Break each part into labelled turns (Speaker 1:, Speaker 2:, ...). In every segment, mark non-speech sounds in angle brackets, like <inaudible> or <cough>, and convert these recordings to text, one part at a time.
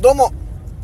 Speaker 1: どうも、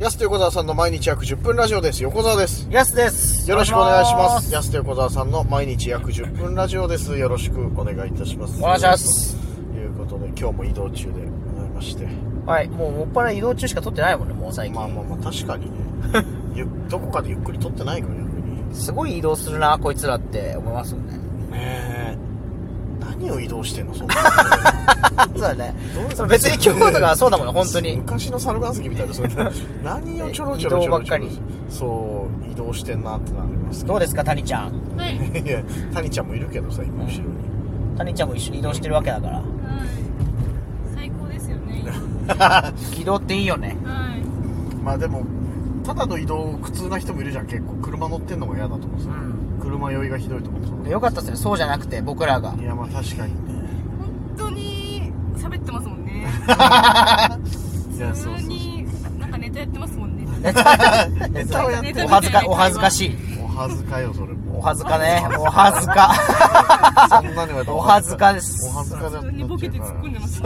Speaker 1: やすと横澤さんの毎日約10分ラジオです。横澤です。
Speaker 2: やすです
Speaker 1: よろしくお願いします。
Speaker 2: お
Speaker 1: やすと横澤さんの毎日約10分ラジオです。よろしくお願いいたします。
Speaker 2: 願いしま。す
Speaker 1: ということで、今日も移動中でございまして。
Speaker 2: はいもうもっぱら移動中しか撮ってないもんねもう最近、
Speaker 1: まあまあまあ、確かに
Speaker 2: <laughs>
Speaker 1: ね、ゆどこかでゆっくり撮ってないから、逆に。
Speaker 2: すごい移動するなこいつらって思いますよね
Speaker 1: ねえ。何を移動してんの、そんな。
Speaker 2: そうだねそれ <laughs> 別に今日とかそうだもんね本当に
Speaker 1: 昔の猿岩石みたいな、それ何をちょろちょろちょろちょろ
Speaker 2: 移動ばっかり
Speaker 1: そう、移動してんなってなりますけ
Speaker 2: どうですか谷ちゃん
Speaker 3: はい。
Speaker 1: ど。いや、谷ちゃんもいるけどさ、今後ろに。
Speaker 2: 谷ちゃんも一緒に移動してるわけだから
Speaker 3: はい。最高ですよね。
Speaker 2: 移動っていいよね
Speaker 3: はい。
Speaker 1: まあでもただの移動苦痛な人もいるじゃん結構車乗ってんのが嫌だと思うさ、
Speaker 2: う
Speaker 1: 車酔いがひどいと思うさ
Speaker 2: でよかったですねそうじゃなくて僕らが
Speaker 1: いやまあ確かにね
Speaker 3: 本当に喋ってますもん
Speaker 1: <laughs>
Speaker 3: ね。
Speaker 1: いやそうそ
Speaker 3: 普通
Speaker 1: う
Speaker 3: になんかネタやってますもんね。
Speaker 1: そう <laughs> ネタをやって
Speaker 3: ネタ
Speaker 2: お
Speaker 1: る
Speaker 2: 恥ずかお恥ずかしい
Speaker 1: お恥ずかよそれも
Speaker 2: お恥ずかね
Speaker 1: <laughs>
Speaker 2: お恥ずか
Speaker 1: そんなにもやったら
Speaker 2: お恥ずかです
Speaker 1: お恥ずかだ
Speaker 3: 普通にボケて突っ込ん
Speaker 1: <laughs>
Speaker 3: でます。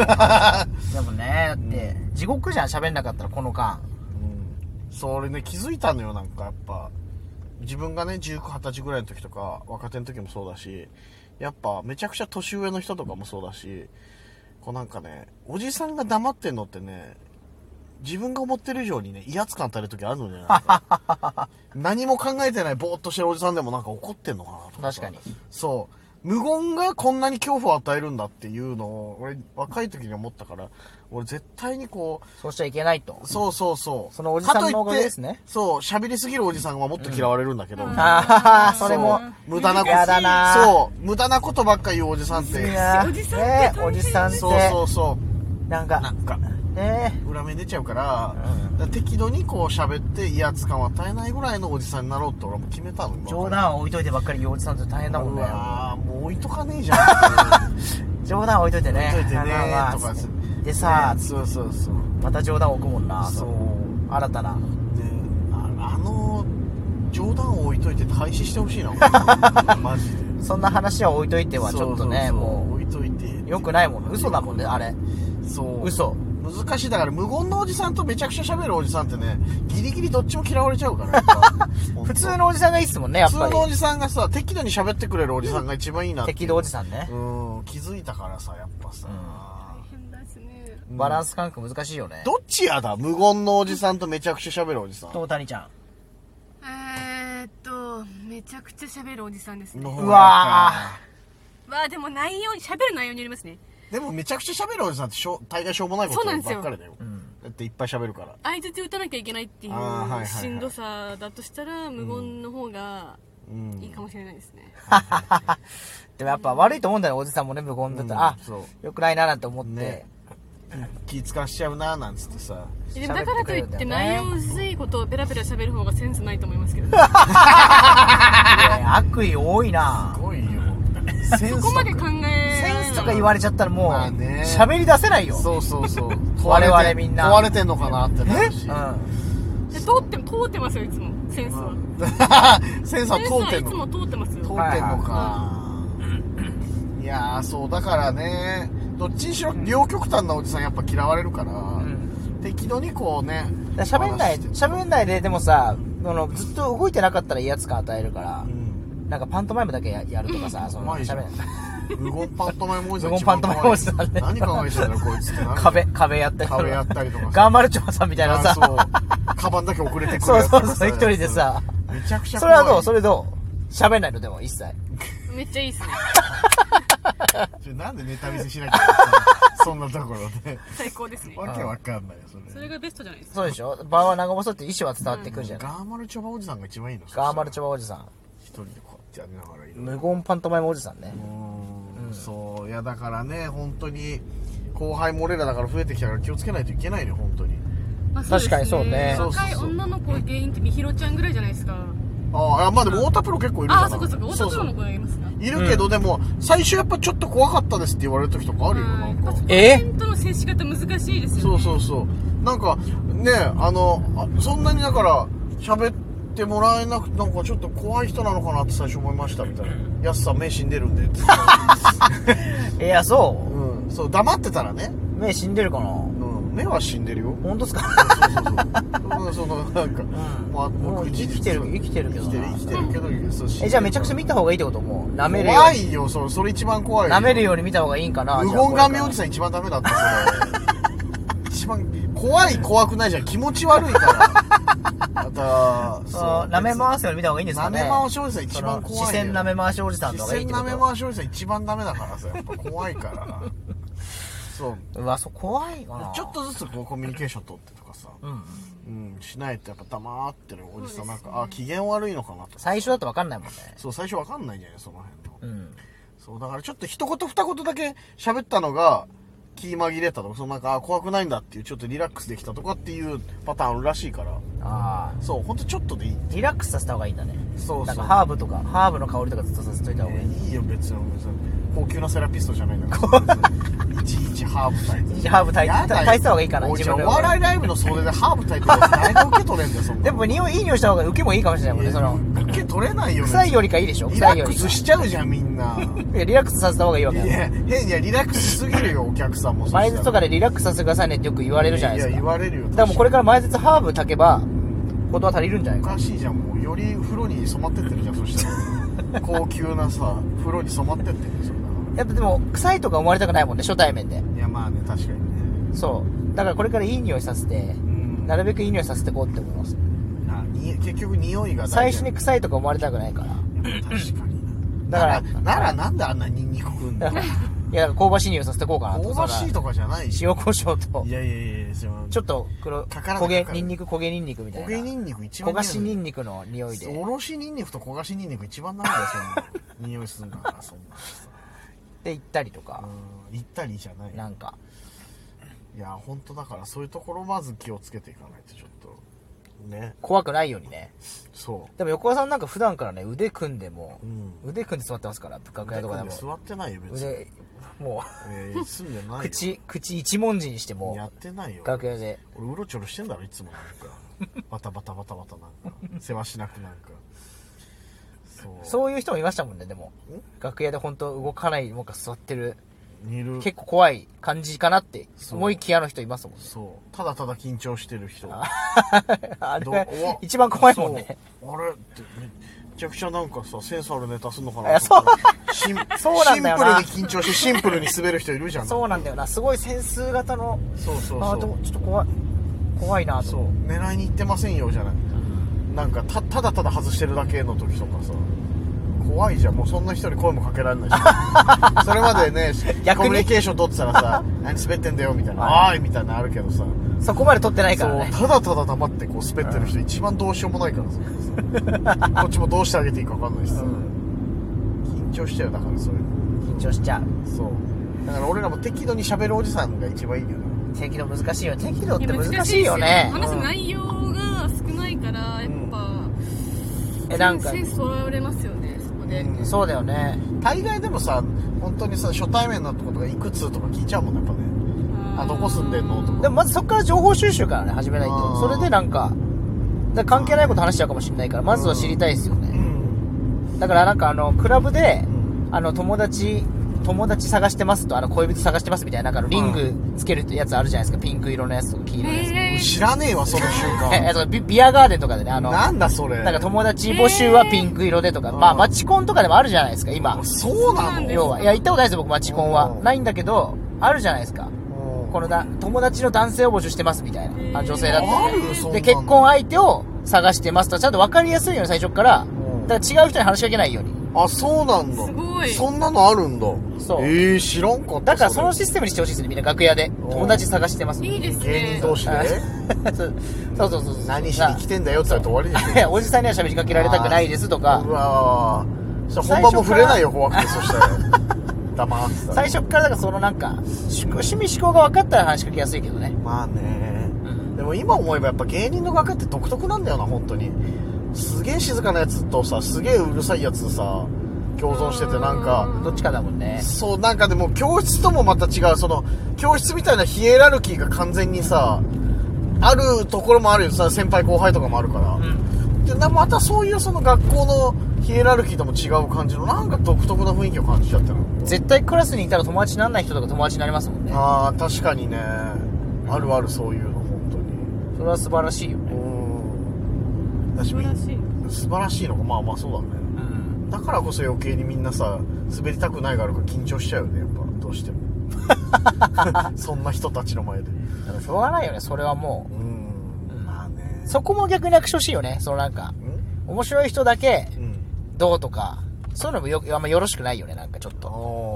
Speaker 2: でもねだって地獄じゃん喋んなかったらこの間
Speaker 1: うんそれね気づいたのよなんかやっぱ自分がね1920歳ぐらいの時とか若手の時もそうだしやっぱめちゃくちゃ年上の人とかもそうだしこうなんかねおじさんが黙ってんのってね自分が思ってる以上にね威圧感たる時あるのねなんか
Speaker 2: <laughs>
Speaker 1: 何も考えてないぼーっとしてるおじさんでもなんか怒ってんのかなとさ
Speaker 2: 確かに
Speaker 1: そう無言がこんなに恐怖を与えるんだっていうのを俺若い時に思ったから俺絶対にこう
Speaker 2: そうしちゃいけないと
Speaker 1: そうそうそう。
Speaker 2: そのおじさんのおか
Speaker 1: かと
Speaker 2: げ
Speaker 1: いって
Speaker 2: ですね
Speaker 1: そう、喋りすぎるおじさんはもっと嫌われるんだけど。
Speaker 2: ああそれも
Speaker 1: う無駄なこと。
Speaker 2: やだな
Speaker 1: そう、無駄なことばっか言うおじさんって。
Speaker 2: いや
Speaker 3: おじさんって
Speaker 2: ね
Speaker 3: 感じ
Speaker 2: おじさんって
Speaker 1: そうそうそ
Speaker 2: なんか
Speaker 1: う。なんか、
Speaker 2: ね
Speaker 1: 裏目出ちゃうから、
Speaker 2: うん
Speaker 1: だから適度にこう喋って威圧感を与えないぐらいのおじさんになろうって俺も決めたの。今
Speaker 2: 冗談は置いといてばっかり言うおじさんって大変だもん
Speaker 1: う
Speaker 2: ね
Speaker 1: わーもう置いとかねえじゃん。
Speaker 2: 冗談は置いといてね
Speaker 1: 置いといてね
Speaker 2: まあまあ
Speaker 1: とか
Speaker 2: つってで <laughs> さ
Speaker 1: そうそうそう。
Speaker 2: また冗談置くもんな
Speaker 1: そう。
Speaker 2: 新たな
Speaker 1: で、ああの、冗談を置いといて廃止してほ
Speaker 2: <laughs>
Speaker 1: しいな、俺マジで。
Speaker 2: そんな話は置いといてはちょっとね
Speaker 1: そうそうそう
Speaker 2: も
Speaker 1: 置いといて
Speaker 2: う良くないもんね嘘だもんねあれ
Speaker 1: そう
Speaker 2: 嘘
Speaker 1: 難しいだから無言のおじさんとめちゃくちゃ喋るおじさんってねギリギリどっちも嫌われちゃう
Speaker 2: <laughs>
Speaker 1: からやっぱ
Speaker 2: 普通のおじさんがいいっすもんねやっ
Speaker 1: 普
Speaker 2: ぱ
Speaker 1: 通
Speaker 2: り
Speaker 1: のおじさんがさ適度に喋ってくれるおじさんが一番いいなって
Speaker 2: 適度おじさんね
Speaker 1: うん気づいたからさやっぱさ、
Speaker 3: 大変だしね。
Speaker 2: バランス感覚難しいよね
Speaker 1: どっちやだ無言のおじさんとめちゃくちゃ喋るおじさん
Speaker 2: と谷ちゃん
Speaker 3: えーっとめちゃくちゃ喋るおじさんですね。
Speaker 1: の
Speaker 2: うわ
Speaker 3: わあでも内容に喋る内容によりますね。
Speaker 1: でもめちゃくちゃ喋るおじさんってしょ大概しょうもないこと
Speaker 3: そう
Speaker 1: ば
Speaker 3: なん
Speaker 1: っ
Speaker 3: ですよ
Speaker 1: かりだよだっていっぱい喋るから
Speaker 3: 相槌打たなきゃいけないってい
Speaker 1: あーはいはいは
Speaker 3: う
Speaker 1: い
Speaker 3: しんどさだとしたら無言の方が
Speaker 1: うん
Speaker 3: いいかもしれないですね。
Speaker 2: でもやっぱ悪いと思うんだよねおじさんもね無言だったらあ
Speaker 1: そう
Speaker 2: 良くないななんて思って
Speaker 1: ね気使わしちゃうななんつってさ
Speaker 3: でもだからといって内容薄いことをペラペラ喋る方がセンスないと思いますけど、
Speaker 2: いや悪意多いな
Speaker 1: すごいよセンスとか
Speaker 3: そこまで考え
Speaker 2: センスとか言われちゃったらもう
Speaker 1: まあね
Speaker 2: 喋り出せないよ
Speaker 1: そうそうそう
Speaker 2: 我々みんな
Speaker 1: 壊れてんのかなってなる <laughs> し
Speaker 2: う
Speaker 3: 通って通ってますよいつもセンスは、
Speaker 1: センサ
Speaker 3: セ
Speaker 1: ー
Speaker 3: ンス
Speaker 1: 通っ
Speaker 3: は
Speaker 1: て
Speaker 3: い
Speaker 1: ん
Speaker 3: つ
Speaker 1: の
Speaker 3: も通ってます
Speaker 1: 通
Speaker 3: よ
Speaker 1: ってんのかいやーそうだからねどっちにしろ両極端なおじさんやっぱ嫌われるから、
Speaker 2: ん
Speaker 1: 適度にこうね
Speaker 2: んだから喋んない
Speaker 1: 話して
Speaker 2: 喋んないででもさそのずっと動いてなかったら威圧感与えるから
Speaker 1: うん
Speaker 2: なんかパントマイムだけややるとかさその
Speaker 1: まいじゃん
Speaker 2: 喋んない
Speaker 1: 無言パントマイムおじさん
Speaker 2: 無言パントマイムおじさんね
Speaker 1: 一番怖い何考えてんだよこいつってなる
Speaker 2: 壁壁やったりとか
Speaker 1: 壁やったりとかさ
Speaker 2: 頑張るちょさんみたいな
Speaker 1: あ
Speaker 2: さ
Speaker 1: そうカバンだけ遅れてくる
Speaker 2: そう
Speaker 1: やつ
Speaker 2: そうそう一人でさ
Speaker 1: めちゃくちゃ
Speaker 2: それ
Speaker 1: 怖い
Speaker 2: はどうそれどう喋んないのでも一切
Speaker 3: めっちゃいいっすね
Speaker 1: ちょなんでネタ見せしなきゃいけないのそんなところで
Speaker 3: 最高ですね
Speaker 1: わけわかんないよそれ
Speaker 3: それがベストじゃないですか
Speaker 2: そうでしょ場は長細って意思は伝わってくるじゃん
Speaker 1: ガーマルチョバおじさんが一番いいの
Speaker 2: ガーマルチ
Speaker 1: ョ
Speaker 2: ョバおじさん
Speaker 1: 一人でこうやってやりながらいる
Speaker 2: 無言パントマイムおじさんね
Speaker 1: うんそういやだからね本当に後輩も俺らだから増えてきたから気をつけないといけないね本当に
Speaker 3: まあそうです
Speaker 2: 確かにそうね
Speaker 3: 若い女の子原因ってみひろちゃんぐらいじゃないですか
Speaker 1: ああまあでも太田プロ結構いるか
Speaker 3: あ
Speaker 1: ら
Speaker 3: あそこそこ
Speaker 1: そうそ
Speaker 3: 男の
Speaker 1: う
Speaker 3: 子がいますか
Speaker 1: いるけど、でも最初やっぱちょっと怖かったですって言われる時とかあるよなんか
Speaker 2: え
Speaker 3: パンとの接し方難しいです
Speaker 1: そ
Speaker 3: よ
Speaker 1: う
Speaker 3: ね
Speaker 1: そうそうなんかねあのあそんなにだから喋ってもらえなくてなんかちょっと怖い人なのかなって最初思いましたみたいな「やすさん目死んで
Speaker 2: <laughs>
Speaker 1: るんで」って、
Speaker 2: いやそう
Speaker 1: うん、そう黙ってたらね
Speaker 2: 目死んでるかな
Speaker 1: うん、目は死んでるよ
Speaker 2: 本当です
Speaker 1: <laughs>
Speaker 2: か
Speaker 1: そうそうそうなんか、まあ、
Speaker 2: もう
Speaker 1: 僕
Speaker 2: 生きてる生きてるけど
Speaker 1: 生きてる生
Speaker 2: な
Speaker 1: きてるけど、そう
Speaker 2: えじゃあめちゃくちゃ
Speaker 1: 見
Speaker 2: 見た方がいいってこともう舐めるよ
Speaker 1: 怖いよそれそれ一番怖いよ
Speaker 2: 舐めるように見た方がいいんかな
Speaker 1: 無言神おじ
Speaker 2: さ
Speaker 1: さん一番ダメだってそれ一番怖い怖くないじゃん気持ち悪い
Speaker 2: <laughs>
Speaker 1: からまたそう
Speaker 2: 舐め回すように見た方がいいんですか
Speaker 1: 舐
Speaker 2: ね
Speaker 1: め回しおじさん一番怖いよ
Speaker 2: その視線舐め回しおじさんとかがいい
Speaker 1: 視
Speaker 2: って
Speaker 1: 線
Speaker 2: こと
Speaker 1: 舐め回しおじさん一番ダメだからさやっぱ怖いからなそう
Speaker 2: うわそう怖いかな
Speaker 1: ちょっとずつこうコミュニケーション取ってとかさ、
Speaker 2: うん
Speaker 1: うん、しないとやっぱ黙ってるおじさんなんか、
Speaker 3: そうです
Speaker 1: あ機
Speaker 3: ね
Speaker 1: 嫌悪いのかなとか
Speaker 2: 最初だと分かんないもんね
Speaker 1: そう最初わかんないんじゃないその辺の、
Speaker 2: うん
Speaker 1: そうだからちょっと一言二言だけ喋ったのが気紛れたとかそのなんかあ怖くないんだっていうちょっとリラックスできたとかっていうパターンあるらしいから
Speaker 2: ああ
Speaker 1: そうほんとちょっとでいい
Speaker 2: リラックスさせた方がいいんだね
Speaker 1: そうそう
Speaker 2: なんかハーブとかハーブの香りとかずっとさせといた方がいい
Speaker 1: いいよ別に別に高級なセラピストじゃない
Speaker 2: <laughs>
Speaker 1: んだからいちいちハーブ炊いて
Speaker 2: いいハーブ炊い
Speaker 1: や
Speaker 2: て
Speaker 1: だよ
Speaker 2: 炊いてた方がいいかな
Speaker 1: おいじゃあ
Speaker 2: で
Speaker 1: お笑いライブの袖でハーブ炊いてるやつ誰が受け取れんだよそんな
Speaker 2: <laughs> でも匂いいい匂いした方が受けもいいかもしれないもんねその
Speaker 1: 受け取れないよ別に
Speaker 2: 臭いよりかいいでしょ
Speaker 1: リ
Speaker 2: 臭
Speaker 1: ラッ
Speaker 2: いよ
Speaker 1: ク
Speaker 2: りか
Speaker 1: スしちゃうじゃんみんな
Speaker 2: いやリラックスさせた方がいいわ
Speaker 1: い
Speaker 2: けだ
Speaker 1: や変にリラックスしすぎるよお客さんも
Speaker 2: <laughs>
Speaker 1: そしたら
Speaker 2: 前説とかでリラックスさせてくださいねってよく言われるじゃないです
Speaker 1: いや
Speaker 2: か
Speaker 1: 言われるよ
Speaker 2: だからもうこれから前説ハーブ炊けばことは足りるんじゃない
Speaker 1: お
Speaker 2: か
Speaker 1: かしいじゃんもうより風呂に染まってってるじゃんそした
Speaker 2: <laughs>
Speaker 1: ら高級なさ風呂に染まってってるじゃん
Speaker 2: やっぱでも臭いとか思われたくないもんね初対面で
Speaker 1: いやまあね確かにね
Speaker 2: そうだからこれからいい匂いさせて
Speaker 1: うん
Speaker 2: なるべくいい匂いさせてこうって思います
Speaker 1: あに結局匂いが
Speaker 2: 最
Speaker 1: 大
Speaker 2: 初
Speaker 1: 事
Speaker 2: に臭いとか思われたくないから
Speaker 1: やっぱ確かにな
Speaker 2: だから
Speaker 1: なならなんであんなニンニク食うんだ
Speaker 2: <laughs> だからいやだから香ばしい匂いさせてこうかなと
Speaker 1: 香ばしいとかじゃないし
Speaker 2: 塩コショウと
Speaker 1: いやいやいやいやその
Speaker 2: ちょっと黒
Speaker 1: かからない
Speaker 2: 焦げ
Speaker 1: かからない
Speaker 2: ニンニク焦げニンニクみたい
Speaker 1: 焦
Speaker 2: な
Speaker 1: げニンニク一番
Speaker 2: 焦がしニ
Speaker 1: ン
Speaker 2: ンニクの匂いで
Speaker 1: おろしニンニクと焦がしニンニク一番なんだよそんな匂いするんだからそんなさ
Speaker 2: で行ったりとか
Speaker 1: うん行ったりじゃない
Speaker 2: なんか
Speaker 1: いや本当だからそういうところまず気をつけていかないとちょっとね
Speaker 2: 怖くないようにね
Speaker 1: そ
Speaker 2: でも横尾さんなんか普段からね腕組んでも
Speaker 1: ううん
Speaker 2: 腕組んで座ってますから
Speaker 1: 腕
Speaker 2: 楽屋とか
Speaker 1: 組
Speaker 2: で
Speaker 1: んで
Speaker 2: も
Speaker 1: 座ってないよ別に
Speaker 2: 腕も
Speaker 1: えー住んでな
Speaker 2: う
Speaker 1: いよ
Speaker 2: 口口一文字にしても
Speaker 1: やってないよ
Speaker 2: 楽屋で
Speaker 1: 俺うろちょろしてんだろいつも
Speaker 2: <laughs>
Speaker 1: なんかバタバタバタバタなんか世話しなくなんかそう
Speaker 2: そういう人もいましたもんねでも楽屋で本当動かないもんか座ってる
Speaker 1: 似る
Speaker 2: 結構怖い感じかなって
Speaker 1: そう
Speaker 2: 思いきやの人いますも
Speaker 1: <laughs>
Speaker 2: んね
Speaker 1: そうただただ緊張してる人
Speaker 2: あれ
Speaker 1: ど
Speaker 2: が
Speaker 1: お
Speaker 2: 一番怖いもんね
Speaker 1: そうあれってめちゃくちゃなんかさセンスあるネタすんのか
Speaker 2: い
Speaker 1: な
Speaker 2: や
Speaker 1: と思ったらシン
Speaker 2: そうなんだよな
Speaker 1: シンプルに緊張してシンプルに滑る人いるじゃん
Speaker 2: <laughs> そうなんだよなすごい点数型の
Speaker 1: そうそう
Speaker 2: あ
Speaker 1: そ
Speaker 2: ーで
Speaker 1: う
Speaker 2: もちょっと怖い怖いなと
Speaker 1: そう狙いに行ってませんよじゃないなんかたただただ外してるだけの時とかさ怖いじゃんもうそんな人に声もかけら <laughs> れないしそれまでね
Speaker 2: 逆
Speaker 1: コ
Speaker 2: に
Speaker 1: ミュニケーション取ってたら <laughs> さ「何滑ってんだよ」みたいな「
Speaker 2: は
Speaker 1: おい」みたいなのあるけどさ
Speaker 2: そこまで取ってないからね
Speaker 1: そうただただ黙ってこう滑ってる人一番どうしようもないから <laughs> さこっちもどうしてあげていいか分かんないしさ、緊張しちゃうよだからそういう
Speaker 2: 緊張しちゃう
Speaker 1: のそうだから俺らも適度に喋るおじさんが一番いいよね
Speaker 2: 適度難しいよね適度って
Speaker 3: や
Speaker 2: 難しいよね
Speaker 3: 難しいですよ話す内容が少ないからやっぱ、
Speaker 2: えなんか
Speaker 3: センス取られますよねそこで、
Speaker 1: うん
Speaker 2: そうだよね
Speaker 1: 大概でもさ本当にさ初対面のことがいくつとか聞いちゃうもんねやっぱねあどこ住んでんのとか
Speaker 2: でもまずそこから情報収集からね始めない
Speaker 1: あ
Speaker 2: と
Speaker 1: ー
Speaker 2: それでなんかだから関係ないこと話しちゃうかもしれないからまずは知りたいですよね
Speaker 1: ん
Speaker 2: だからなんかあのクラブで
Speaker 1: うん
Speaker 2: あの友達友達探してますとあの恋人探してますみたいななんかリングつけるやつあるじゃないですかピンク色のやつとか黄色のやつ
Speaker 3: えー
Speaker 1: 知らねえわその瞬
Speaker 2: え
Speaker 1: 間
Speaker 2: <laughs> えそうビビアガーデンとかでねあの
Speaker 1: なんだそれ
Speaker 2: なんか友達募集はピンク色でとか、
Speaker 1: えー
Speaker 2: まあ
Speaker 1: うん
Speaker 2: マチコンとかでもあるじゃないですか、今。
Speaker 1: そうな
Speaker 3: そうなん
Speaker 1: の
Speaker 3: だよ
Speaker 2: 要は。いや、行ったことないですよ、僕マチコンは
Speaker 1: う。ん
Speaker 2: ないんだけど、あるじゃないですか。
Speaker 1: うん
Speaker 2: このだ、友達の男性を募集してますみたいな。あ女性だって。
Speaker 1: あるそんな
Speaker 2: で、
Speaker 1: の
Speaker 2: 結婚相手を探してますと、ちゃんと分かりやすいように最初から
Speaker 1: ん、
Speaker 2: だから違う人に話しかけないように。
Speaker 1: あそうなんだ
Speaker 3: すごい
Speaker 1: そんなのあるんだ
Speaker 2: そう
Speaker 1: えー、知らんかった
Speaker 2: だからその
Speaker 1: れ
Speaker 2: システムにしてほしいですね、みんな楽屋で。
Speaker 1: お
Speaker 2: 友達探してます。
Speaker 3: いいですね
Speaker 1: 芸人同士で
Speaker 2: あ <laughs> そうそうそうそうそう。
Speaker 1: 何しに来てんだよって言われて終わりでしょ
Speaker 2: な <laughs> おじさんには喋りかけられたくないですとか
Speaker 1: う、わーそしたら本番も触れないよ怖くてそしたら黙ってたら
Speaker 2: 最初からだからそのなんか、趣趣味思考が分かったら話しかけやすいけどね。
Speaker 1: まあねでも今思えばやっぱ芸人の楽屋って独特なんだよな本当にすげえ静かなやつとさすげえうるさいやつさ共存しててなんか
Speaker 2: どっちかだもんね。
Speaker 1: そうなんかでも教室ともまた違うその教室みたいなヒエラルキーが完全にさあるところもあるよさ先輩後輩とかもあるから、でなまたそういうその学校のヒエラルキーとも違う感じのなんか独特な雰囲気を感じちゃったな
Speaker 2: 絶対クラスにいたら友達にならない人とか友達になりますもんね。
Speaker 1: あー確かにねあるあるそういうの本当に
Speaker 2: それは素晴らしいよね
Speaker 1: うんだし
Speaker 3: 素晴らしい
Speaker 1: 素晴らしいのかまあまあそうだね
Speaker 2: うん
Speaker 1: だからこそ余計にみんなさ滑りたくないがあるから緊張しちゃうよねやっぱどうしてもそんな人たちの前で
Speaker 2: だからしょうがないよねそれはも
Speaker 1: うんまあね
Speaker 2: うそこも逆に楽勝しいよねそのなんか
Speaker 1: うん
Speaker 2: 面白い人だけ
Speaker 1: うん
Speaker 2: どうとかそういうのもよあんまよろしくないよねなんかちょっ
Speaker 1: あ
Speaker 2: と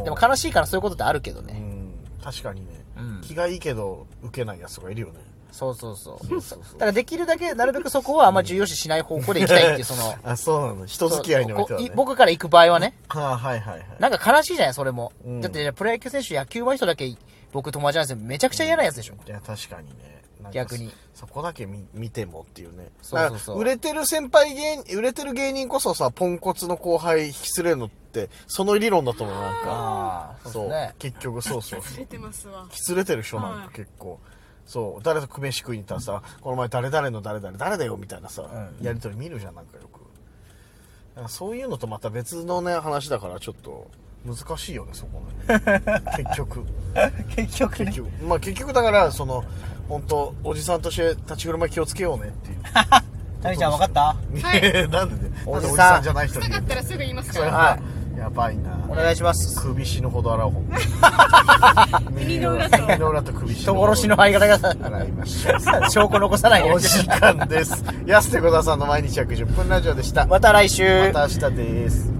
Speaker 1: ー
Speaker 2: でも悲しいからそういうことってあるけど
Speaker 1: う
Speaker 2: ね
Speaker 1: ん確かにね、
Speaker 2: うん
Speaker 1: 気がいいけど受けないやつとかいるよね
Speaker 2: そうそうそう
Speaker 1: そうそうそう
Speaker 2: だからできるだけなるべくそこはあんま重要視しない方向で行きたいっていうその
Speaker 1: あそうなの <laughs> 人付き合いにおいてはね
Speaker 2: こ僕から行く場合はね
Speaker 1: はあはいはいはい
Speaker 2: なんか悲しいじゃないそれも、
Speaker 1: うん
Speaker 2: だってプロ野球選手野球上手い人だけ僕友達なんですよめちゃくちゃ嫌なやつでしょ
Speaker 1: いや確かにねなんか
Speaker 2: 逆に
Speaker 1: そそこだけ見見てもっていうね
Speaker 2: そうそうそ
Speaker 1: だから
Speaker 2: う
Speaker 1: 売れてる先輩芸人売れてる芸人こそさポンコツの後輩引き連れるのってその理論だと思うなんか
Speaker 2: ああそうですね
Speaker 1: 結局そうそう
Speaker 3: ずれてますわ <laughs>
Speaker 1: 引き連れてる人なん
Speaker 3: は
Speaker 1: か
Speaker 3: い
Speaker 1: 結構そう誰と組飯食いに行ったらさこの前誰々の誰々誰だよみたいなさ、
Speaker 2: う
Speaker 1: やり取り見るじゃんなんかよくなんかそういうのとまた別のね話だからちょっと難しいよねそこ
Speaker 2: <laughs>
Speaker 1: ね結局
Speaker 2: 結局
Speaker 1: 結局 <laughs> まあ結局だからその本当おじさんとして立ち振る舞い気をつけようねっていう
Speaker 2: タミちゃん分かった
Speaker 3: はい
Speaker 1: <laughs> なんでね
Speaker 2: お
Speaker 1: なんでおじ
Speaker 2: じさん
Speaker 1: さんじゃない人に <laughs>
Speaker 3: したかったらすぐ言いますから
Speaker 1: はやばいな
Speaker 2: お願いします
Speaker 1: 首死ぬほど洗おうほんと
Speaker 3: <laughs> 耳の裏と
Speaker 1: 耳の裏と首死ぬ
Speaker 2: 人
Speaker 1: ほど
Speaker 2: 殺しの相方が
Speaker 1: 洗いました
Speaker 2: さ証拠残さないよう
Speaker 1: お
Speaker 2: に
Speaker 1: <laughs> 時間です。安手小田さんの毎日約10分ラジオでした。ま
Speaker 2: また来週
Speaker 1: た明日です。